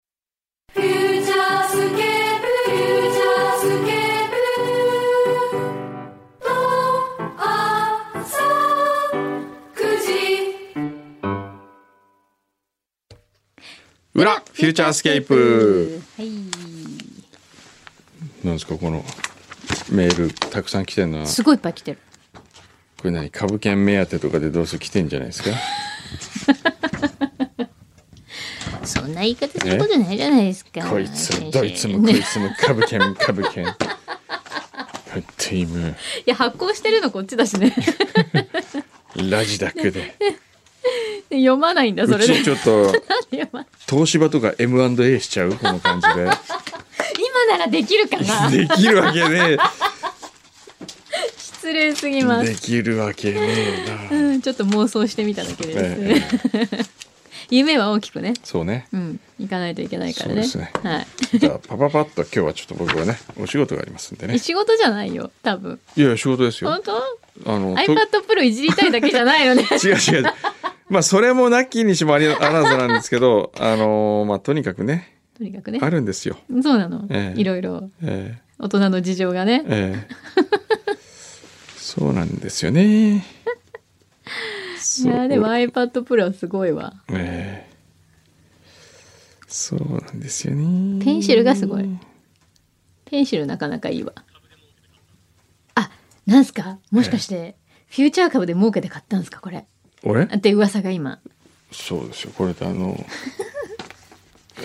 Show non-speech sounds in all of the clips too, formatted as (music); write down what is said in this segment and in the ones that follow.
フューチャースケープフューチャースケープと朝9時裏フューチャースケープ。はい。なんですかこのメールたくさん来てんのはすごいいっぱい来てる。これ何株券目当てとかでどうせ来てんじゃないですかそんな言い方することないじゃないですか。こいつも先生どいつもこいつも株券 (laughs) 株券こうやって今いや、発行してるのこっちだ (laughs) しね。ラジダック (laughs) で読まないんだ、そうれで。ちちょっとなんで読まない東芝とか M&A しちゃうこの感じ今ならできるか (laughs) なでできるわけね失礼すぎまえすで。きるわけねえなうん、ちょっと妄想してみただけです、ええ夢は大きくね、そうねうん、行かないといけないからね。そうですねはじゃあパパパッと今日はちょっと僕はねお仕事がありますんでい。ね仕事じゃないよ、多分。いや仕事ですよ本当あのと ?iPad Pro いじりたいだけじゃない (laughs) よね。違う違う。まあそれもなきにしもありあらずなんですけど、あのーまあとにかくね、とにかくね。あるんですよ。そうなの、ええいろいろえ大人の事情がねえ。ええそうなんですよね。いやーでもそう iPad Pro はすごいわ。ええそうなんですよね。ペンシルがすごい。ペンシルなかなかいいわ。あ、なんすかもしかして、フューチャー株で儲けて買ったんですかこれ。俺って噂が今。そうですよ。これってあの。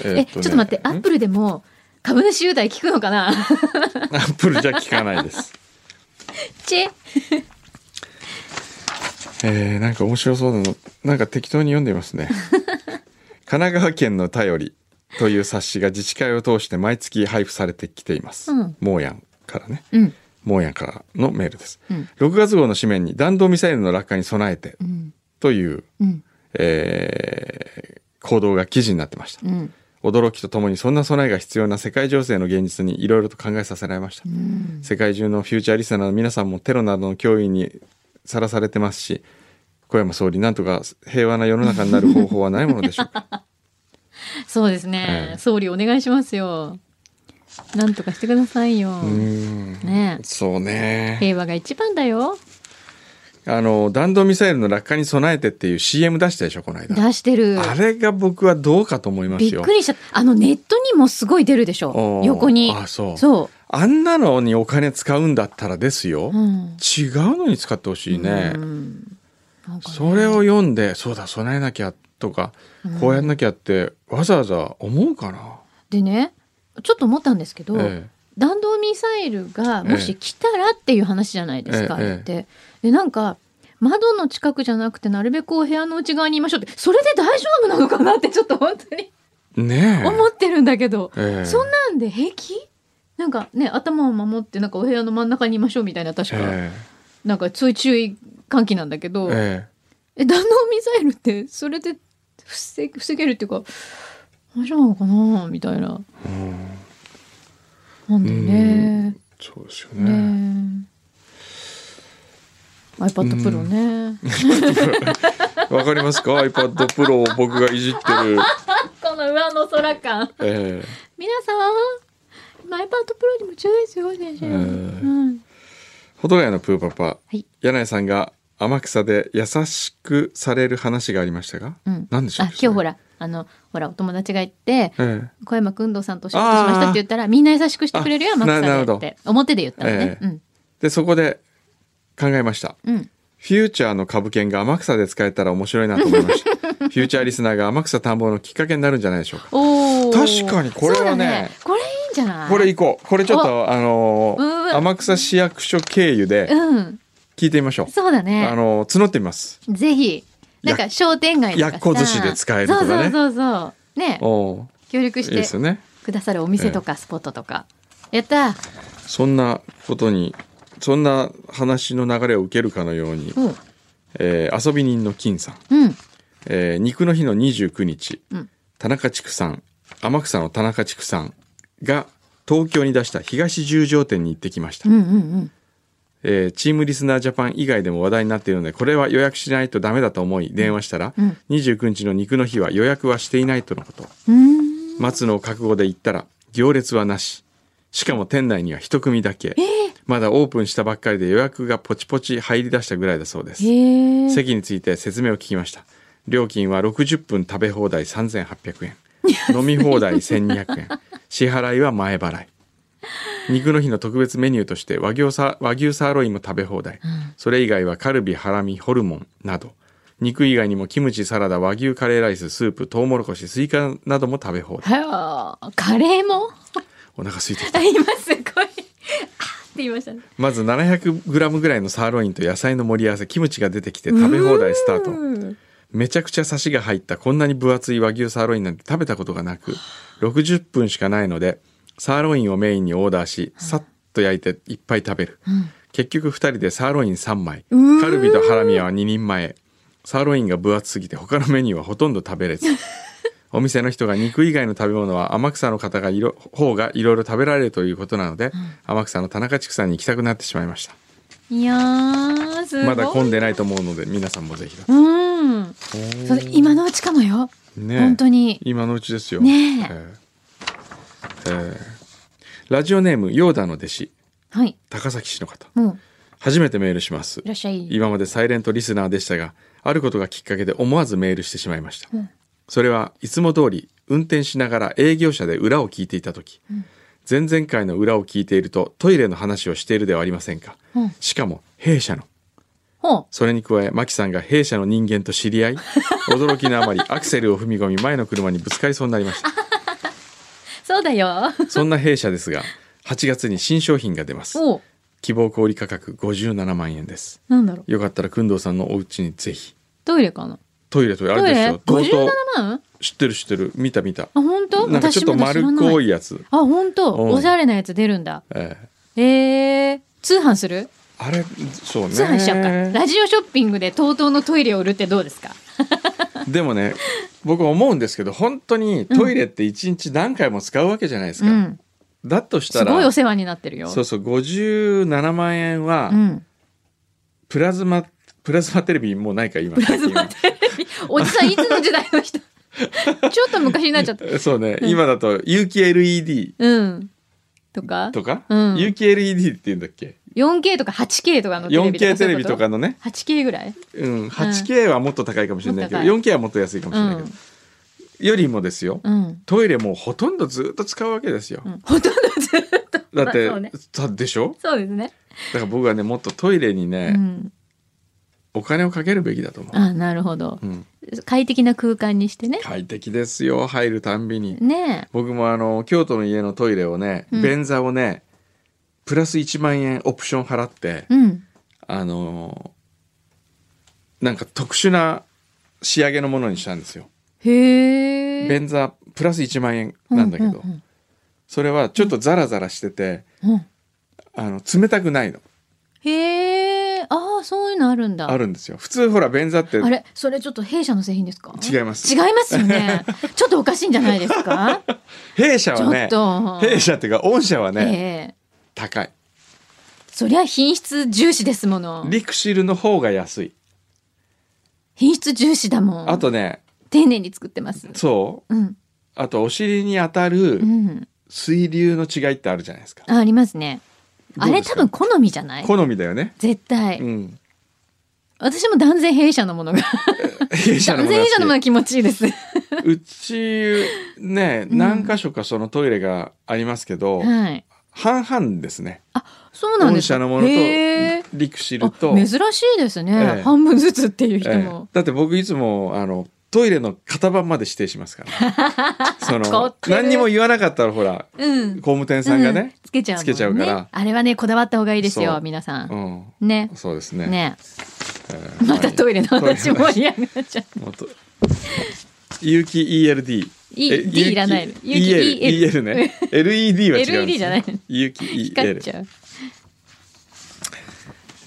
え (laughs) っとえ、ちねょっと待って、アップルでも株主優待聞くの (laughs) かなアップルじゃ聞かないです。チェえー、なんか面白そうなのなんか適当に読んでます (laughs) ね神奈川県の頼りという冊子が自治会を通して毎月配布されてきています、うんモーヤンからねうん。モーヤンからのメールです、うん6月号の紙面に弾道ミサイルの落下に備えてうん。という、うん。えー行動が記事になってましたうん。驚きとともにそんな備えが必要な世界情勢の現実にいろいろと考えさせられました、うん。世界中のフューチャーリスナーの皆さんもテロなどの脅威にさらされてますし小山総理なんとか平和な世の中になる方法はないものでしょう (laughs) かそうですね、ええ総理お願いしますよ。なんとかしてくださいよ。うーんねえそうね平和が一番だよ。あの弾道ミサイルの落下に備えてっていう CM 出したでしょこの間出してる。あれが僕はどうかと思いまびすっよくりしちゃった。あのネットにもすごい出るでしょお。ー横に。あそうそあんなのにお金使うんだったらですよ、う。うん。違うのに使ってほしいね、うんなんかねそれを読んでそうだ備えなきゃとか、こうやんなきゃってわざわざ思うかな、でね、ちょっと思ったんですけど、ええ弾道ミサイルがもし来たらっていう話じゃないですか、ええって。で、なんか、窓の近くじゃなくて、なるべくお部屋の内側にいましょうって、それで大丈夫なのかなってちょっと本当にねえ思ってるんだけど、ええそんなんで平気なんかね、頭を守って、なんかお部屋の真ん中にいましょうみたいな、確か、えなんかそういう注意喚起なんだけえど、ええ弾道ミサイルってそれで防げ防げるっていうか大丈夫なのかなみたいな。えうんなんでね。そうですよね。ね iPad (laughs) Pro ね。わかりますか iPad Pro を僕がいじってる。この上の空感。え皆さん、今 iPad Pro に夢中ですよ、先生。えうん。えほどがやのプーパパ。はい柳井さんが天草で優しくされる話がありましたが、うん。何でしょあ、う今日ほ。ら、あの、ほら、お友達が行って、それえ小山君堂さんとお仕事しましたって言ったら、みんな優しくしてくれるよ、あマななックるさほんどって。表で言ったのね。ええで、そこで考えました。うん。うん。フューチャーの株券が天草で使えたら面白いなと思いました。 (laughs) フューチャーリスナーが天草田んぼのきっかけになるんじゃないでしょうか。おお。確かにこれはねそうだこれいいんじゃない。これ行こう。これちょっと、あのーうんうん天草市役所経由でうん。聞いてみましょう。そうだあね。のー募ってみます。ぜひなんか商店街とかさやっこ寿司で使えるとかねそうそうそうそう。ねおー協力いしいでてすよね。くださるお店とかスポットとか。やったー。そんなことにそんな話の流れを受けるかのように、うんえー遊び人の金さん、うんえー肉の日の29日、うん田中畜産天草の田中畜産が東京に出した東十条店に行ってきました、うんうんえーチームリスナージャパン以外でも話題になっているのでこれは予約しないとダメだと思い電話したら、うん29日の肉の日は予約はしていないとのことうん。うーん待つのを覚悟で行ったら行列はなししかも店内には一組だけ、まだオープンしたばっかりで予約がポチポチ入り出したぐらいだそうです、へえ。席について説明を聞きました料金は60分食べ放題3800円飲み放題1200円支払いは前払い肉の日の特別メニューとして和牛サ和牛サーロインも食べ放題、それ以外はカルビハラミホルモンなど肉以外にもキムチサラダ和牛カレーライススープトウモロコシスイカなども食べ放題はよ、カレーも (laughs) お腹空いてきたあ、今すごい。あー (laughs) って言いましたね。まず 700g ぐらいのサーロインと野菜の盛り合わせキムチが出てきて食べ放題スタートうんめちゃくちゃサシが入ったこんなに分厚い和牛サーロインなんて食べたことがなく60分しかないのでサーロインをメインにオーダーしさっと焼いていっぱい食べる、結局2人でサーロイン3枚カルビとハラミは2人前サーロインが分厚すぎて他のメニューはほとんど食べれ (laughs) ずお店の人が肉以外の食べ物は天草の方がいろ方がいろいろ食べられるということなので、天草の田中畜産に行きたくなってしまいましたいやー、すごい。まだ混んでないと思うので皆さんもぜひだうん。それ今のうちかもよ。ねえ本当に。今のうちですよ。ねえええええラジオネームヨーダの弟子はい。高崎市の方も初めてメールしますういらっしゃい。今までサイレントリスナーでしたがあることがきっかけで思わずメールしてしまいました、うんそれはいつも通り運転しながら営業車で裏を聞いていた時、前々回の裏を聞いているとトイレの話をしているではありませんか、うんしかも弊社のほそれに加え、マキさんが弊社の人間と知り合 (laughs) い、驚きのあまりアクセルを踏み込み前の車にぶつかりそうになりました。う。そうだよ。そんな弊社ですが、8月に新商品が出ます。おう。希望小売価格57万円です。なんだろう。よかったら、くんどうさんのお家にぜひ。トイレかな。トイレトイレ、あトれイですレよ。五十とう七と万？う知ってる知ってる。見た見た。あ本当？なんかちょっと私まだ知丸らっないこいやつ。あ本当。うんおしゃれなやつ出るんだ。えええー、通販する？あれ、そうね。通販しちゃうか。ラジオショッピングで TOTO のトイレを売るってどうですか？でもね、僕思うんですけど、本当にトイレって一日何回も使うわけじゃないですうか。ん。だとしたすら、ごいお世話になってるよ。そうそう57万円は、うん。プラズマプラズマテレビもうないか今プラズマテレビ。おじさんいつの時代 (laughs) の人？ちょっと昔になっちゃった。最近 (laughs) そうね、うん今だと有機 LED うん。とかとか、うん有機 LED って言うんだっけ 4K とか 8K とかのテレビとか 4K テレビとかそういうのこね、と 8K ぐらいうん、8K はもっと高いかもしれないけど、もっと 4K はもっと安いかもしうれないけど、んよりもですよ、うん、トイレもうほとんどずっと使うわけですよ、うん、ほとんどずっとだって、まあそうねだでしょそうですね、だから僕はねもっとトイレにうね、ん、お金をかけるべきだと思う、あなるほどうん、快適な空間にしてね快適ですよ入るたんびにね僕もあの京都の家のトイレをね、うん便座をねプラス1万円オプション払って、えうんあのーなんか特殊な仕上げのものにしたんですよへえ便座プラス1万円なんだけど、うんそれはちょっとザラザラしてて、うんうんあの冷たくないのへえああそういうのあるんだあるんですよ普通ほら便座ってあれそれちょっと弊社の製品ですか違います違いますよ (laughs) ねちょっとおかしいんじゃないですか弊社ちはょねっと弊社っていうか御社はね、ええ高いそりゃ品質重視ですものリクシルの方が安い品質重視だもんあとね丁寧に作ってますそううんあとお尻に当たるうん水流の違いってあるじゃないですかあありますねあどうれです多か分好みじゃない好みだよね。絶対、うん。私も断然弊社のものが弊社の断もの然だ弊社のものがし気持ちいいです、うちねうん何箇所かそのトイレがありますけど、はい半々ですね。そうなんですか御社のものとへーリクシルとあ。珍しいですね、ええ半分ずつっていう人ええも、だって僕いつもあのトイレの型番まで指定しますから。 (laughs) そ凝っのてる何にも言わなかったらほらうん工務店さんがうね。つけちゃうもんつねけちゃうからあれはねこだわった方がいいですそよう皆さ、うんん。ねそうですね。ねえーまたトイレの話トイレの盛り上がっちゃうもっと有機 ELD。 E え D 有機いらないの EL。EL (laughs) ね。LED は違うんです、ね。 LED じゃないの有機 EL。光っちゃう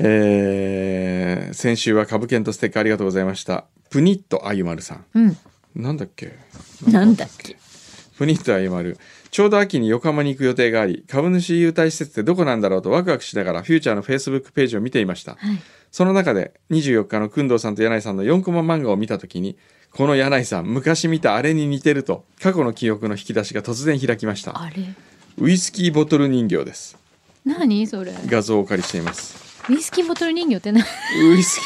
えー先週は株券とステッカーありがとうございました。プニットあゆまるさん。うんなんだっけなんだっけプニットあゆまる。ちょうど秋に横浜に行く予定があり、株主優待施設ってどこなんだろうとワクワクしながらフューチャーの Facebook ページを見ていました。はいその中で24日の工藤さんと柳井さんの4コマ漫画を見たときに、この柳井さん昔見たあれに似てると過去の記憶の引き出しが突然開きましたあれウイスキーボトル人形です何それウ画像をお借りしていますイスキーボトル人形って何ウイス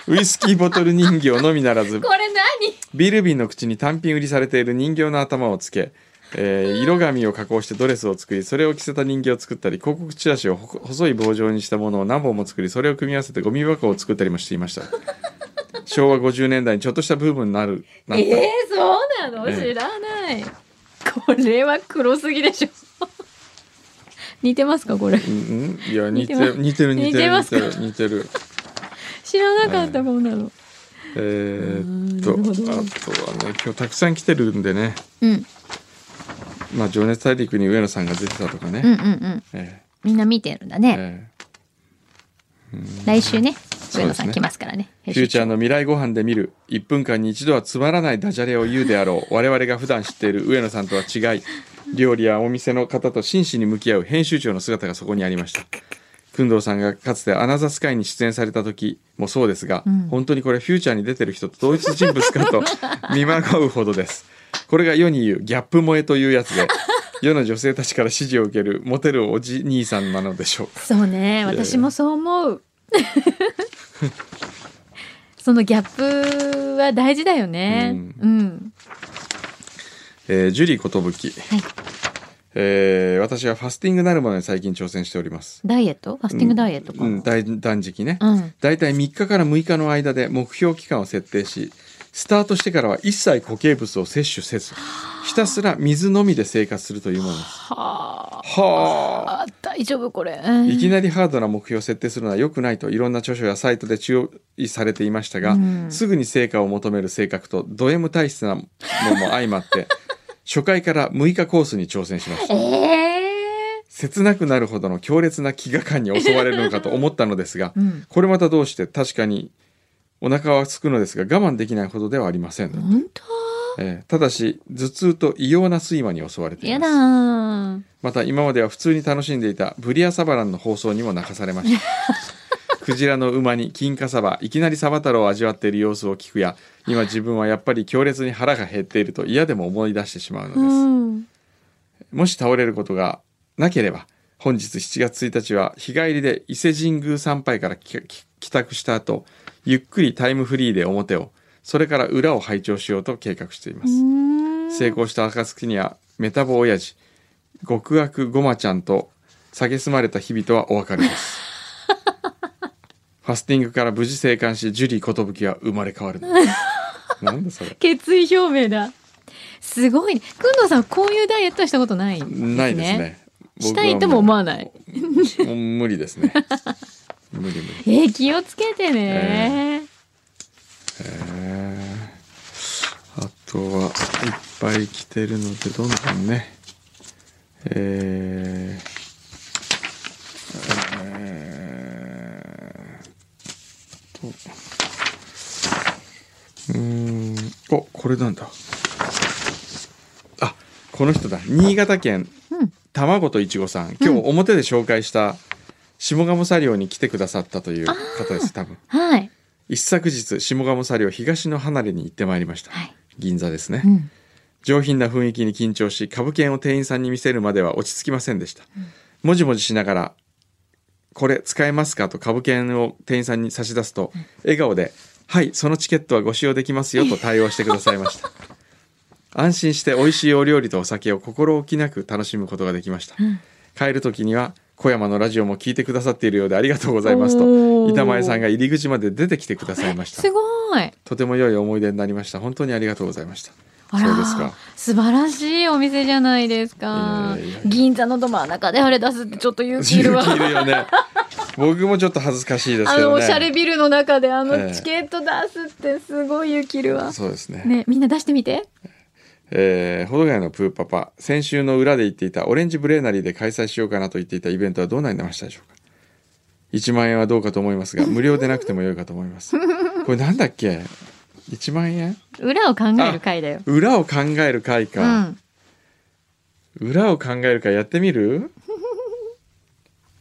キーウイスキーボトル人形のみならずこれ何ビール瓶の口に単品売りされている人形の頭をつけ、えー色紙を加工してドレスを作りそれを着せた人形を作ったり広告チラシをほ細い棒状にしたものを何本も作りそれを組み合わせてゴミ箱を作ったりもしていました昭和50年代にちょっとしたブームになるなった、ええー、そうなのええ知らない、これは黒すぎでしょ似てますかこれうんうんいや似て似てます似てる似てる似似ててまるす似てる知らなかった、こんなのえーっうーんなるとほあどとはね今日たくさん来てるんでねうんうん「まあ、情熱大陸」に上野さんが出てたとかね、うんうんえみんな見てるんだーね、え来週ねそ上野さうですんね来ますからねーフューチャーの未来ご飯で見る1分間に一度はつまらないダジャレを言うであろう我々が普段知っている上野さんとは違い料理やお店の方と真摯に向き合う編集長の姿がそこにありました工藤さんがかつて「アナザースカイ」に出演された時もそうですが、ん本当にこれフューチャーに出てる人と同一人物かと見まごうほどですこれが世に言うギャップ萌えというやつで世の女性たちから支持を受けるモテるおじ兄さんなのでしょうかそうねやいや私もそう思 (laughs) うそのギャップは大事だよねうん、えージュリー寿、はいえー私はファスティングなるものに最近挑戦しておりますダイエットファスティングダイエットかなうん、断断食ね、うんだいたい3日から6日の間で目標期間を設定しスタートしてからは一切固形物を摂取せずひたすら水のみで生活するというものですはあはああ大丈夫これいきなりハードな目標を設定するのは良くないといろんな著書やサイトで注意されていましたが、うんすぐに成果を求める性格とド M 体質なのも相まって (laughs) 初回から6日コースに挑戦しましたええ切なくなるほどの強烈な飢餓感に襲われるのかと思ったのですが、うんこれまたどうして確かにお腹は空くのですが我慢できないほどではありません、本えーただし頭痛と異様な睡魔に襲われ当ていやまだすーまた今までは普通に楽しんでいたブリアサバランの放送にも泣かされましたクジラの馬に金華サバいきなりサバ太郎を味わっている様子を聞くや今自分はやっぱり強烈に腹が減っていると嫌でも思い出してしまうのです、うんもし倒れることがなければ本日7月1日は日帰りで伊勢神宮参拝から帰帰帰宅した後ゆっくりタイムフリーで表をそれから裏を拝聴しようと計画していまうすん成功した暁にはメタボ親父極悪ごまちゃんと蔑まれた日々とはお別れですファスティングから無事生還しジュリー寿は生まれ変わるのですなんだそれ決意表明だすごいねくんどうさんこういうダイエットはしたことないないですねしたいとも思わない僕はもうもう無理ですね無理無理えー、気をつけてね、えーあとはいっぱい来てるのでどんどんねえーえーっとうーんおこれなんだあこの人だ新潟県うん卵といちごさん今日表で紹介した下鴨砂漁に来てくださったという方です多分はい一昨日下鴨砂漁東の離れに行ってまいりました、はい銀座ですね、うん上品な雰囲気に緊張し株券を店員さんに見せるまでは落ち着きませんでした、もじもじしながら「これ使えますか?」と株券を店員さんに差し出すと、笑顔で「はいそのチケットはご使用できますよ」と対応してくださいました安心して美味しいお料理とお酒を心置きなく楽しむことができました、帰る時には小山のラジオも聞いてくださっているようでありがとうございますおとー板前さんが入り口まで出てきてくださいましたすごいとても良い思い出になりました本当にありがとうございましたあらそうですか素晴らしいお店じゃないですかいやいやいやいや銀座のど真ん中であれ出すってちょっと勇気いる (laughs) わ勇気いるよね僕もちょっと恥ずかしいですあけのどおねしゃれビルの中であえのえチケット出すってすごい勇気いるわ、そうですねねみんな出してみてえー、ほどがやのプーパパ先週の裏で言っていたオレンジブレーナリーで開催しようかなと言っていたイベントはどうなりましたでしょうか1万円はどうかと思います (laughs) が無料でなくても良いかと思いますこれなんだっけ1万円裏を考える回だよ裏を考える会うか、ん裏を考える会やってみる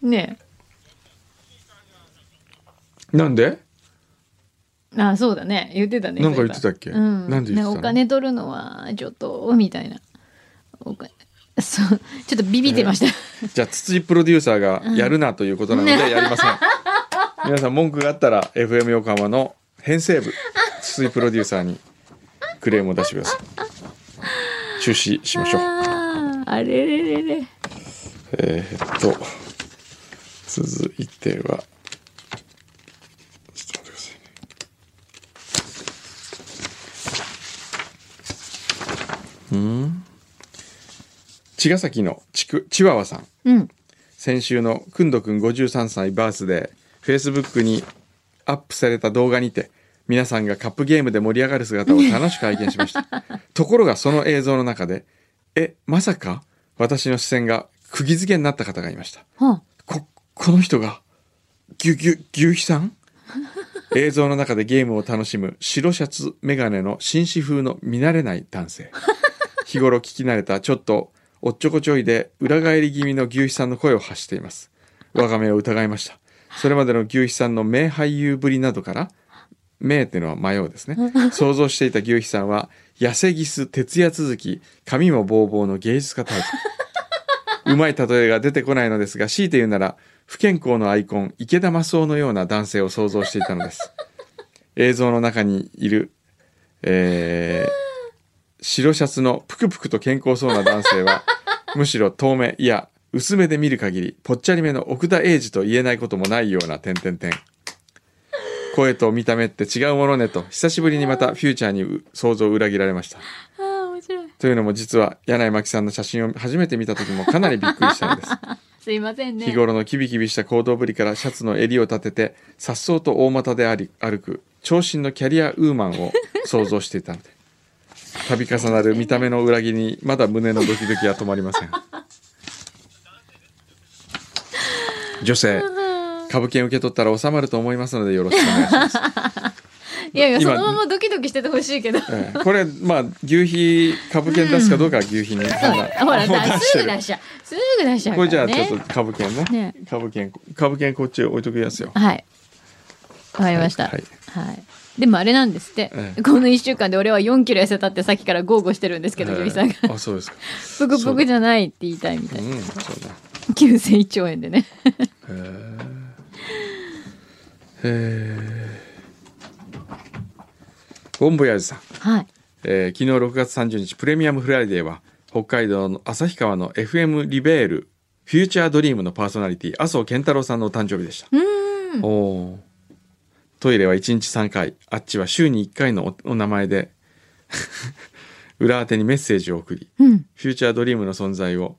ねなんであそうだね言ってたねなんかそういえば言ってたっけうん、なんで言ってたのかお金取るのはちょっとみたいなお金そうちょっとビビってました、じゃあ筒井プロデューサーがやるなということなのでやりません、皆さん文句があったら FM 横浜の編成部筒井プロデューサーにクレームを出してください中止しましょうあーあれれれれえーっと続いてはちょっと待ってくださいねうん茅ヶ崎のちくチワワさんうん先週のくんどくん53歳バースデーフェイスブックにアップされた動画にて皆さんがカップゲームで盛り上がる姿を楽しく拝見しましたところがその映像の中でえまさか私の視線が釘付けになった方がいましたはここの人がぎゅぎゅぎゅうひさん映像の中でゲームを楽しむ白シャツメガネの紳士風の見慣れない男性日頃聞き慣れたちょっとおっちょこちょいで裏返り気味の牛肥さんの声を発しています我が目を疑いましたそれまでの牛肥さんの名俳優ぶりなどから名っていうのは迷うですね想像していた牛肥さんは痩せギス徹夜続き髪もボーボーの芸術家タイプうまい例えが出てこないのですが、強いて言うなら、不健康のアイコン、池田マスオのような男性を想像していたのです。映像の中にいる、えー白シャツのぷくぷくと健康そうな男性は、むしろ遠目、いや、薄めで見る限り、ぽっちゃりめの奥田英二と言えないこともないような、点々点。声と見た目って違うものねと、久しぶりにまたフューチャーにう想像を裏切られました。ああ面白いというのも実は柳井真紀さんの写真を初めて見た時もかなりびっくりしたのです。すいませんね日頃のキビキビした行動ぶりからシャツの襟を立てて颯爽と大股であり歩く長身のキャリアウーマンを想像していたので度重なる見た目の裏切りにまだ胸のドキドキは止まりません女性株券受け取ったら収まると思いますのでよろしくお願いします、いやいやそ今のままドキドキしててほしいけど、ええこれまあ牛皮株券出すかどうかは牛皮に判断ほらもうだ出しすてぐる出しちゃうすぐ出しちゃうこかれじゃらあねちょっと株券ねね株券株券こっち置いとくやつよはい。わかりました。ははいい。でもあれなんですって、ええこの1週間で俺は4キロ痩せたってさっきから豪語してるんですけど、ゆりさんがえ。えあそうですかぷくぷくじゃないって言いたいみたういな。ん、そうだ。 9000兆円でね。えー、ボンボヤージさん、はい。えー昨日6月30日プレミアムフライデーは北海道の旭川の FM リベールフューチャードリームのパーソナリティ麻生健太郎さんのお誕生日でした。おおートイレは1日3回あっちは週に1回のおお名前で (laughs) 裏宛てにメッセージを送り、うん。フューチャードリームの存在を、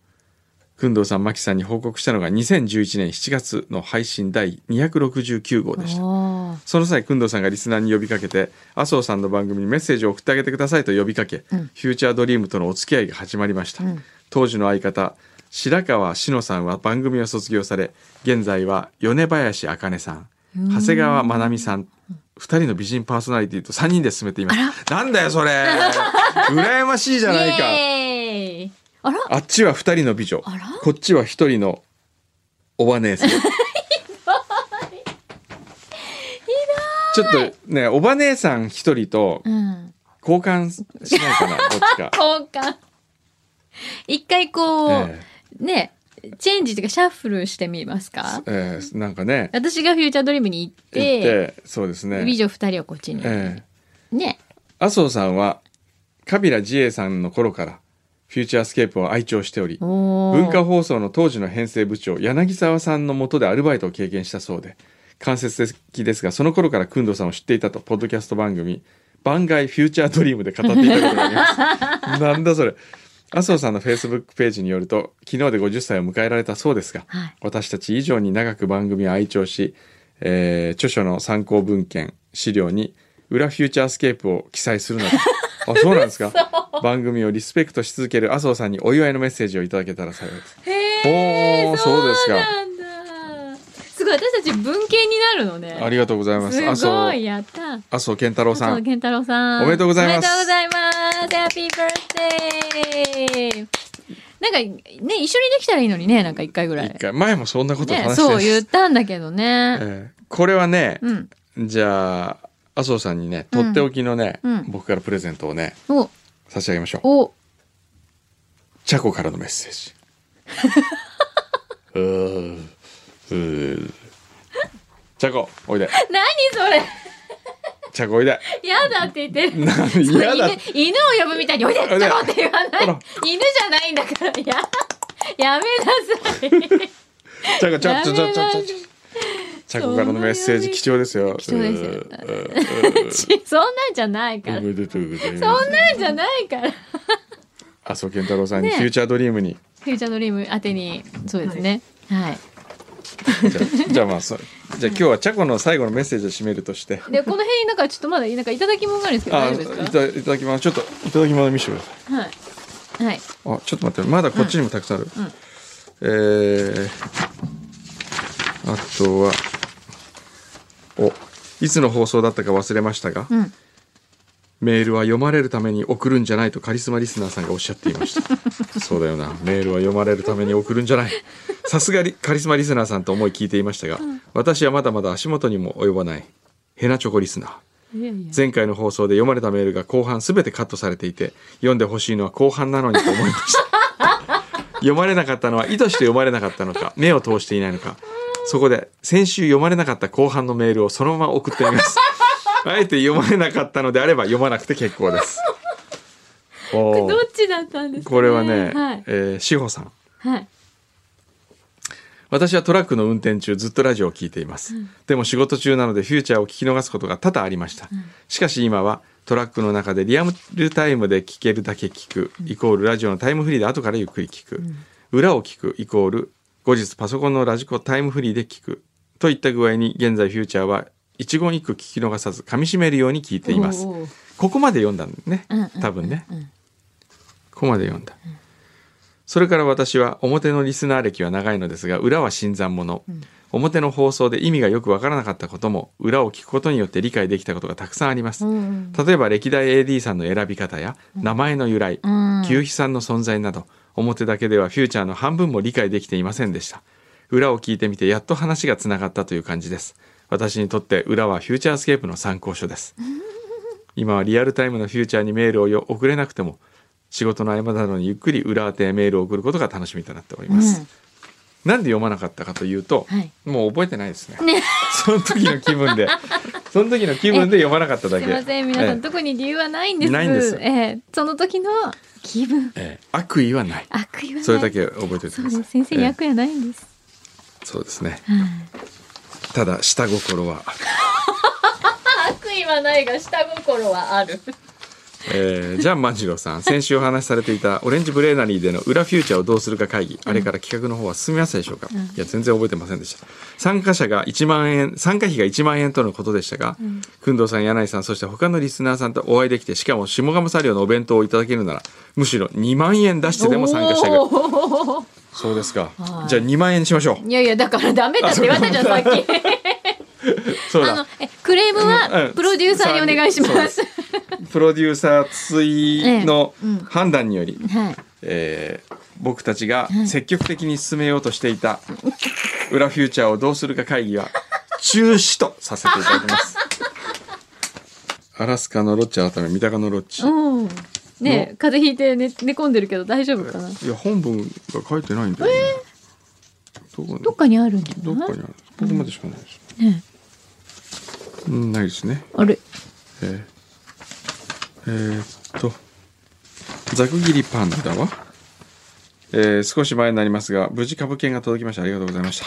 工藤さん、牧さんに報告したのが2011年7月の配信第269号でした。おーその際、工藤さんがリスナーに呼びかけて、麻生さんの番組にメッセージを送ってあげてくださいと呼びかけ、うんフューチャードリームとのお付き合いが始まりました。うん当時の相方、白川志乃さんは番組を卒業され、現在は米林茜さん、長谷川真奈美さん、二人の美人パーソナリティと三人で進めています。なんだよ、それ羨ましいじゃないかイエーイあらあっちは二人の美女あら。こっちは一人のおば姉さん。ちょっとね、おば姉さん一人とうん。交換しない (laughs) かな、どっちか。交換。一回こう、えね、チェンジというかシャッフルしてみますかえええなんかね、私がフューチャードリームに行っ、行ってて、そうですね。美女2人はこっちに。ええね。麻生さんは、カビラ自衛さんの頃から、フューチャースケープを愛聴しており、文文化放送の当時の編成部長柳沢さんの下でアルバイトを経験したそうで間接的ですがその頃から工藤さんを知っていたとポッドキャスト番組「番外フューチャードリーム」で語っていたことがありますなんだそれ麻生さんのフェイスブックページによると昨日で50歳を迎えられたそうですが、はい私たち以上に長く番組を愛聴し、えー著書の参考文献資料に裏フューチャースケープを記載するな (laughs) どあそうなんですか番組をリスペクトし続ける麻生さんにお祝いのメッセージをいただけたら幸いですへおーえ、そうですかなんだ。すごい、私たち文系になるのね。ありがとうございます麻すご生い、やった。麻生健太郎さ佐藤ん健太郎さん。おめでとうございますおめでとうございます。Happy birthday! なんか、ね、一緒にできたらいいのにね、なんか一回ぐら一い。回前もそんなことをね、話してそうまし言ったんだけどたね。えーこれはね、うん。じゃあ麻麻生さんにねとっておきのね、うん僕からプレゼントをねお差し上げましょうおチャコからのメッセージうーうーチャコおいで何それチャコおいでやだって言ってるなんそれ嫌だ犬犬を呼ぶみたいに「おいで!」っておいで言わないほら犬じゃないんだからややめな (laughs) さいチャコちょやちょめなちょちょさちょいチャコからのメッセージ貴重ですよ貴重ですようーうーちそんなんじゃないからおめでとうございまそすんなんじゃないから麻生健太郎さんにねフューチャードリームに、フューチャードリーム宛てにそうですねはい、じゃあじゃあまあそうじゃあ今日はチャコの最後のメッセージを締めるとして (laughs) でこの辺になんかちょっとまだなんかいただき物があるんですけどあ大い丈夫ですかたいただきますちょっといただきます見せてくださいはいはいあちょっと待ってまだこっちにもたくさんある、んうんえー、あとはおいつの放送だったか忘れましたが、うんメールは読まれるために送るんじゃないとカリスマリスナーさんがおっしゃっていました (laughs) そうだよなメールは読まれるために送るんじゃないさすがにカリスマリスナーさんと思い聞いていましたが、私はまだまだ足元にも及ばないヘナチョコリスナーいやいや前回の放送で読まれたメールが後半すべてカットされていて読んでほしいのは後半なのにと思いました (laughs) 読まれなかったのは意図して読まれなかったのか目を通していないのかそこで先週読まれなかった後半のメールをそのまま送ってみます (laughs) あえて読まれなかったのであれば読まなくて結構ですおーどっちだったんですか、ね、これはね、はい、えー志保さんはい、私はトラックの運転中ずっとラジオを聞いています、でも仕事中なのでフューチャーを聞き逃すことが多々ありました、しかし今はトラックの中でリアルタイムで聞けるだけ聞く、イコールラジオのタイムフリーで後からゆっくり聞く、裏を聞くイコール後日パソコンのラジコタイムフリーで聞くといった具合に現在フューチャーは一言一句聞き逃さず噛み締めるように聞いていますおーここまで読んだんねうんうん多分ね、うんここまで読んだ、それから私は表のリスナー歴は長いのですが裏は新参者、表の放送で意味がよくわからなかったことも裏を聞くことによって理解できたことがたくさんあります、うんうん例えば歴代 AD さんの選び方や名前の由来うん給肥さんの存在など表だけではフューチャーの半分も理解できていませんでした裏を聞いてみてやっと話がつながったという感じです私にとって裏はフューチャースケープの参考書 (laughs) です今はリアルタイムのフューチャーにメールをよ送れなくても仕事の合間などにゆっくり裏宛てメールを送ることが楽しみとなっております、なんで読まなかったかというと、はいもう覚えてないですねその時の気分 (laughs) でその時の気分で読まなかっただすけいません皆さん、ええ特に理由はないんですないんですええその時の気分ええ悪意はない悪意はないそれだけ覚えておいてくださいそうです先生に悪意はないんです、ええそうですねはいただ下心は、悪意はないが下心はあるえー、ジャン万次郎さん先週お話しされていたオレンジブレーナリーでの裏フューチャーをどうするか会議、あれから企画の方は進みましたでしょうか、いや全然覚えてませんでした参加者が1万円参加費が1万円とのことでしたが工藤、さん柳井さんそして他のリスナーさんとお会いできてしかも下鴨サリオのお弁当をいただけるならむしろ2万円出してでも参加したいぐらいおーそうですか、はいじゃあ2万円にしましょういやいやだからダメだって言われたじゃんさっきそうあだのえクレームうんうはんプロデューサーにお願いしそうま、ですプロデューサー筒井のええうん判断により、はいえー僕たちがい積極的に進めようとしていた「裏フューチャーをどうするか会議」は中止とさせていただきます。アラスカのロッチ改め三鷹のロッチ。 (laughs) うんねえの風邪ひいて寝寝込んでるけど大丈夫かないや本文が書いてないんだよ、ね。どこどっかにあるんじゃどっなかいにある。ここまでしかないです。ねえうんないですね。あれえーえーっとざく切りパンダは、えー少し前になりますが無事株券が届きましたありがとうございました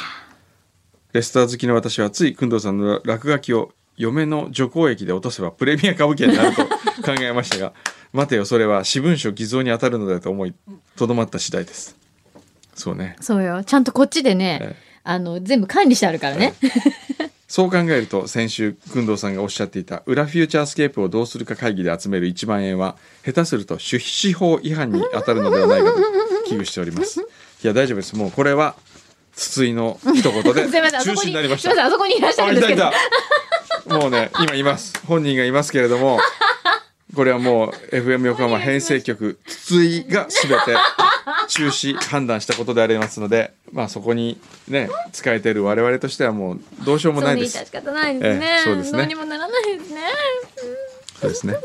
レスター好きの私はつい工藤さんの落書きを嫁の除光液で落とせばプレミア株券になると考えましたが待てよそれは私文書偽造に当たるのだと思いとどまった次第ですそうねそうよちゃんとこっちでね、ええあの全部管理してあるからね、 (laughs) そう考えると先週工藤さんがおっしゃっていた「裏フューチャースケープをどうするか会議」で集める1万円は下手すると出資法違反に当たるのではないかと危惧しております (laughs) いや大丈夫ですもうこれは筒井の一言で (laughs) 中すいませんあそこ止にになりましすいませんたあそこにいらっしゃあるんいたですけいどたもうね今います本人がいますけれどもこれはもう FM 横浜編成局筒井が全て中止判断したことでありますので、まあ、そこにね使えてる我々としてはもうどうしようもそなういででいすた。仕方ないですねええそうですねどうにもならないですねそうですね。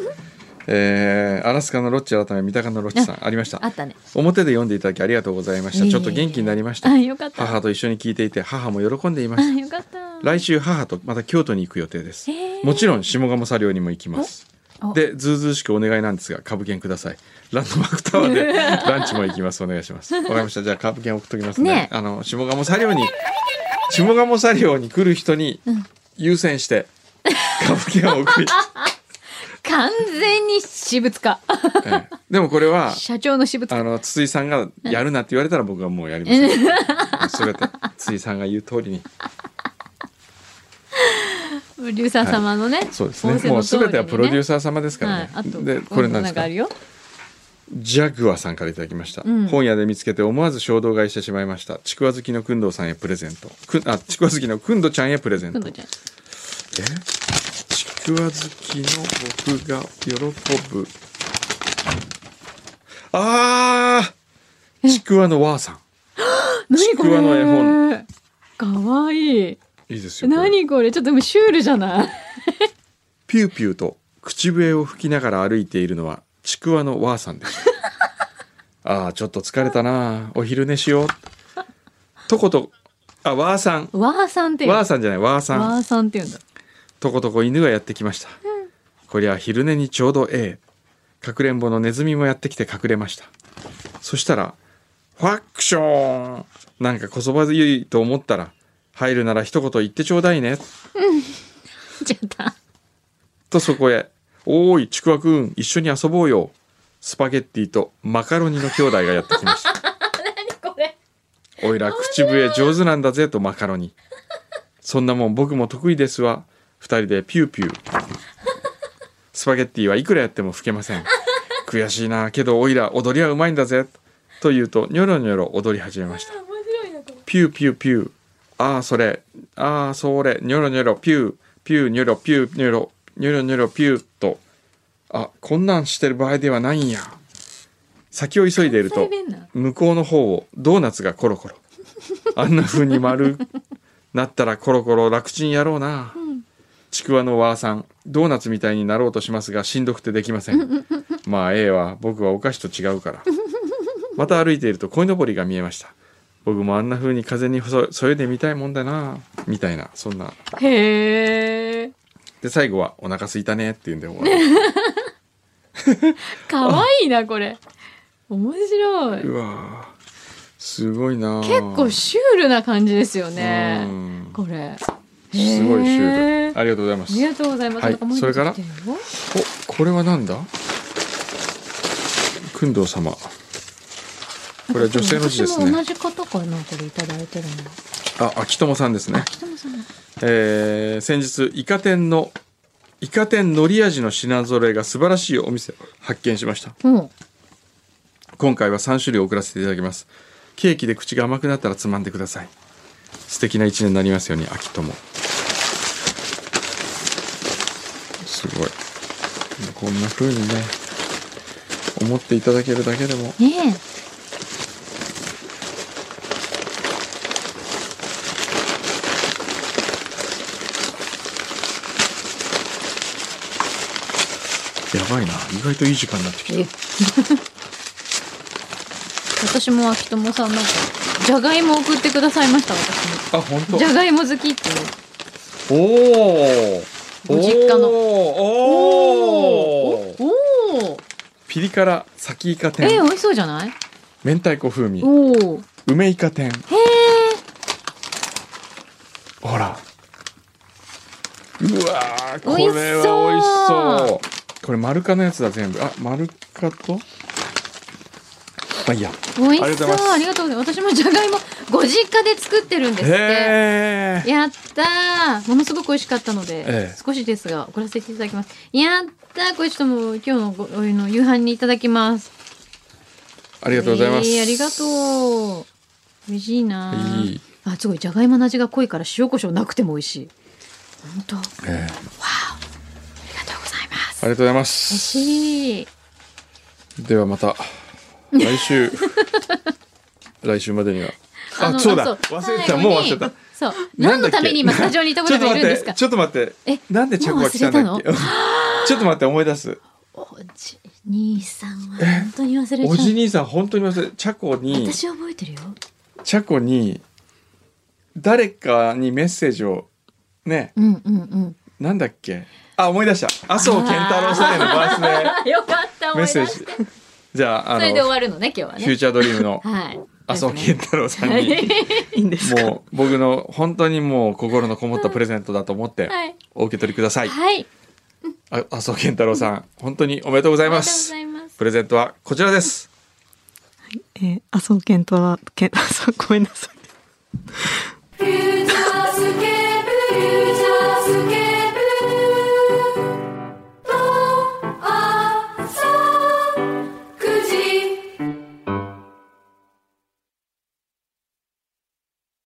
えーアラスカのロッチ改め三鷹のロッチさんありましたあったね表で読んでいただきありがとうございましいえたいえちょっと元気になりましたあよかった母と一緒に聞いていて母も喜んでいまあしたよかった来週母とまた京都に行く予定です、へーもちろん下鴨茶寮にも行きますおおでずうずうしくお願いなんですが株券くださいランドマークタワ (laughs) ーでランチも行きますお願いしますわかりましたじゃあ株券送っときますねねえあの下鴨茶寮に下鴨茶寮に来る人に優先して株券を送り、完全に私物化ええでもこれは社長の私物化あの筒井さんがやるなって言われたら僕はもうやりません。それと筒井さんが言う通りに。プロデューサー様のね、そうですね。仰せものう通すりにべてはプロデューサー様ですからね。はい、あとでこれなんですかこんなのがあ。るよジャグアさんからいただきました、うん本屋で見つけて思わず衝動買いしてしまいました。ちくわ好きのくんどうさんへプレゼント。くあちくわ好きのくんどちゃんへプレゼント。くんどちゃんえちくわ好きの僕が喜ぶ。ああちくわのわーさん。何こちくわの絵れかわいいいいですよ。これ何これちょっとでもシュールじゃない (laughs) ピューピューと口笛を吹きながら歩いているのはちくわのわーさんでしたああちょっと疲れたなお昼寝しようとことあわーさんわーさんっていうわーさんじゃないわーわさんーさんっていうんだとことこ犬がやってきました、こりゃ昼寝にちょうどええかくれんぼのネズミもやってきて隠れましたそしたらファクションなんかこそばゆいと思ったら入るなら一言言ってちょうだいね (laughs) ちょっととそこへ「おーいちくわくん一緒に遊ぼうよ」スパゲッティとマカロニの兄弟がやってきましたこれ「おいら口笛上手なんだぜ」とマカロニ「そんなもん僕も得意ですわ」二人でピューピュースパゲッティはいくらやっても吹けません悔しいなけどおいら踊りはうまいんだぜと言うとニョロニョロ踊り始めました面白いなこれピューピューピュー。ああ、それ。ああ、それ。ニョロニョロピュー。ピューニョロピューニョロ。ニョロニョロピューと。あ、こんなんしてる場合ではないんや。先を急いでいると関西弁なん、向こうの方をドーナツがコロ (laughs) コロ。あんな風に丸なったらコロコロ楽ちんやろうな。ちくわのわーさん、ドーナツみたいになろうとしますが、しんどくてできませ (laughs) ん。まあ、ええわ。僕はお菓子と違うから。また歩いていると鯉のぼりが見えました僕もあんな風に風にそそよいでみたいもんだなみたいなそんなへえで最後は「お腹すいたね」って言うんで終わ (laughs) るかわいいなこれ面白いうわーすごいな結構シュールな感じですよねうんこれすごいシューへルありがとうございまありすがとうございます、はいなんもう一それから来てるよおこれはなんだ工藤様これは女性の字です私も同ねじ方かなこれいただいてるのあ秋友さんですね北野さんのえー先日イカ天のイカ天のり味の品揃えが素晴らしいお店を発見しましたうん今回は3種類送らせていただきますケーキで口が甘くなったらつまんでください素敵な一年になりますように秋ともすごいこんな風にね思っていただけるだけでもねやばいな意外といい時間になってきえ私も秋友さんなんかじゃがいも送ってくださいました私たあ本当もじゃがいも好きっていうおおご実家おのおおおピリ辛先イカえー、天美味しそうじゃない明太子風味おお梅イカ天へえほら。うわーこれ美味しそうは美味しそう。これ丸カのやつだ全部。あ、丸カと。まあいいや。美あり味がしとござそうういますありがとうございます私もじゃがいもご実家で作ってるんですってへえ。やったーものすごく美味しかったので、ええ少しですが送らせていただきますやったーこれちょっともう今日のごお湯の夕飯にいただきますありがとうございます。えーありがとう嬉しいなーいいあすごいじゃがいもの味が濃いから塩コショウなくても美味しい本当ありええあがとうございますりがとうございま嬉す。しいではまた来 (laughs) 週来週までにはあのあそうだあ忘れて最た後にもう忘れたそう何のために今スタジオにいたことがいるんですかちょっと待ってちょっと待ってえなんで着は来たんだっけ (laughs) ちょっと待って思い出すおじ兄さんは本当に忘れおじち兄さん本当に忘れチャコゃうに私覚えてるよチャコに誰かにメッセージをねうんうんうんなんだっけあ思い出した麻生健太郎さんへのバースデあよかったー (laughs) 思メいッ出セーしジてじゃああのそれで終わるのね今日はフューねチャードリームのはい麻生 (laughs) 健太郎さんはにいいいんですかもう僕の本当にもう心のこもったプレゼントだと思ってはいお受け取りください。はいあ麻生健太郎さん本当におめでとうございます。ありがとうございますプレゼントはこちらです。えー、麻生健太郎、健、麻生、ごめんなさい。フューチャースケープフューチャースケープ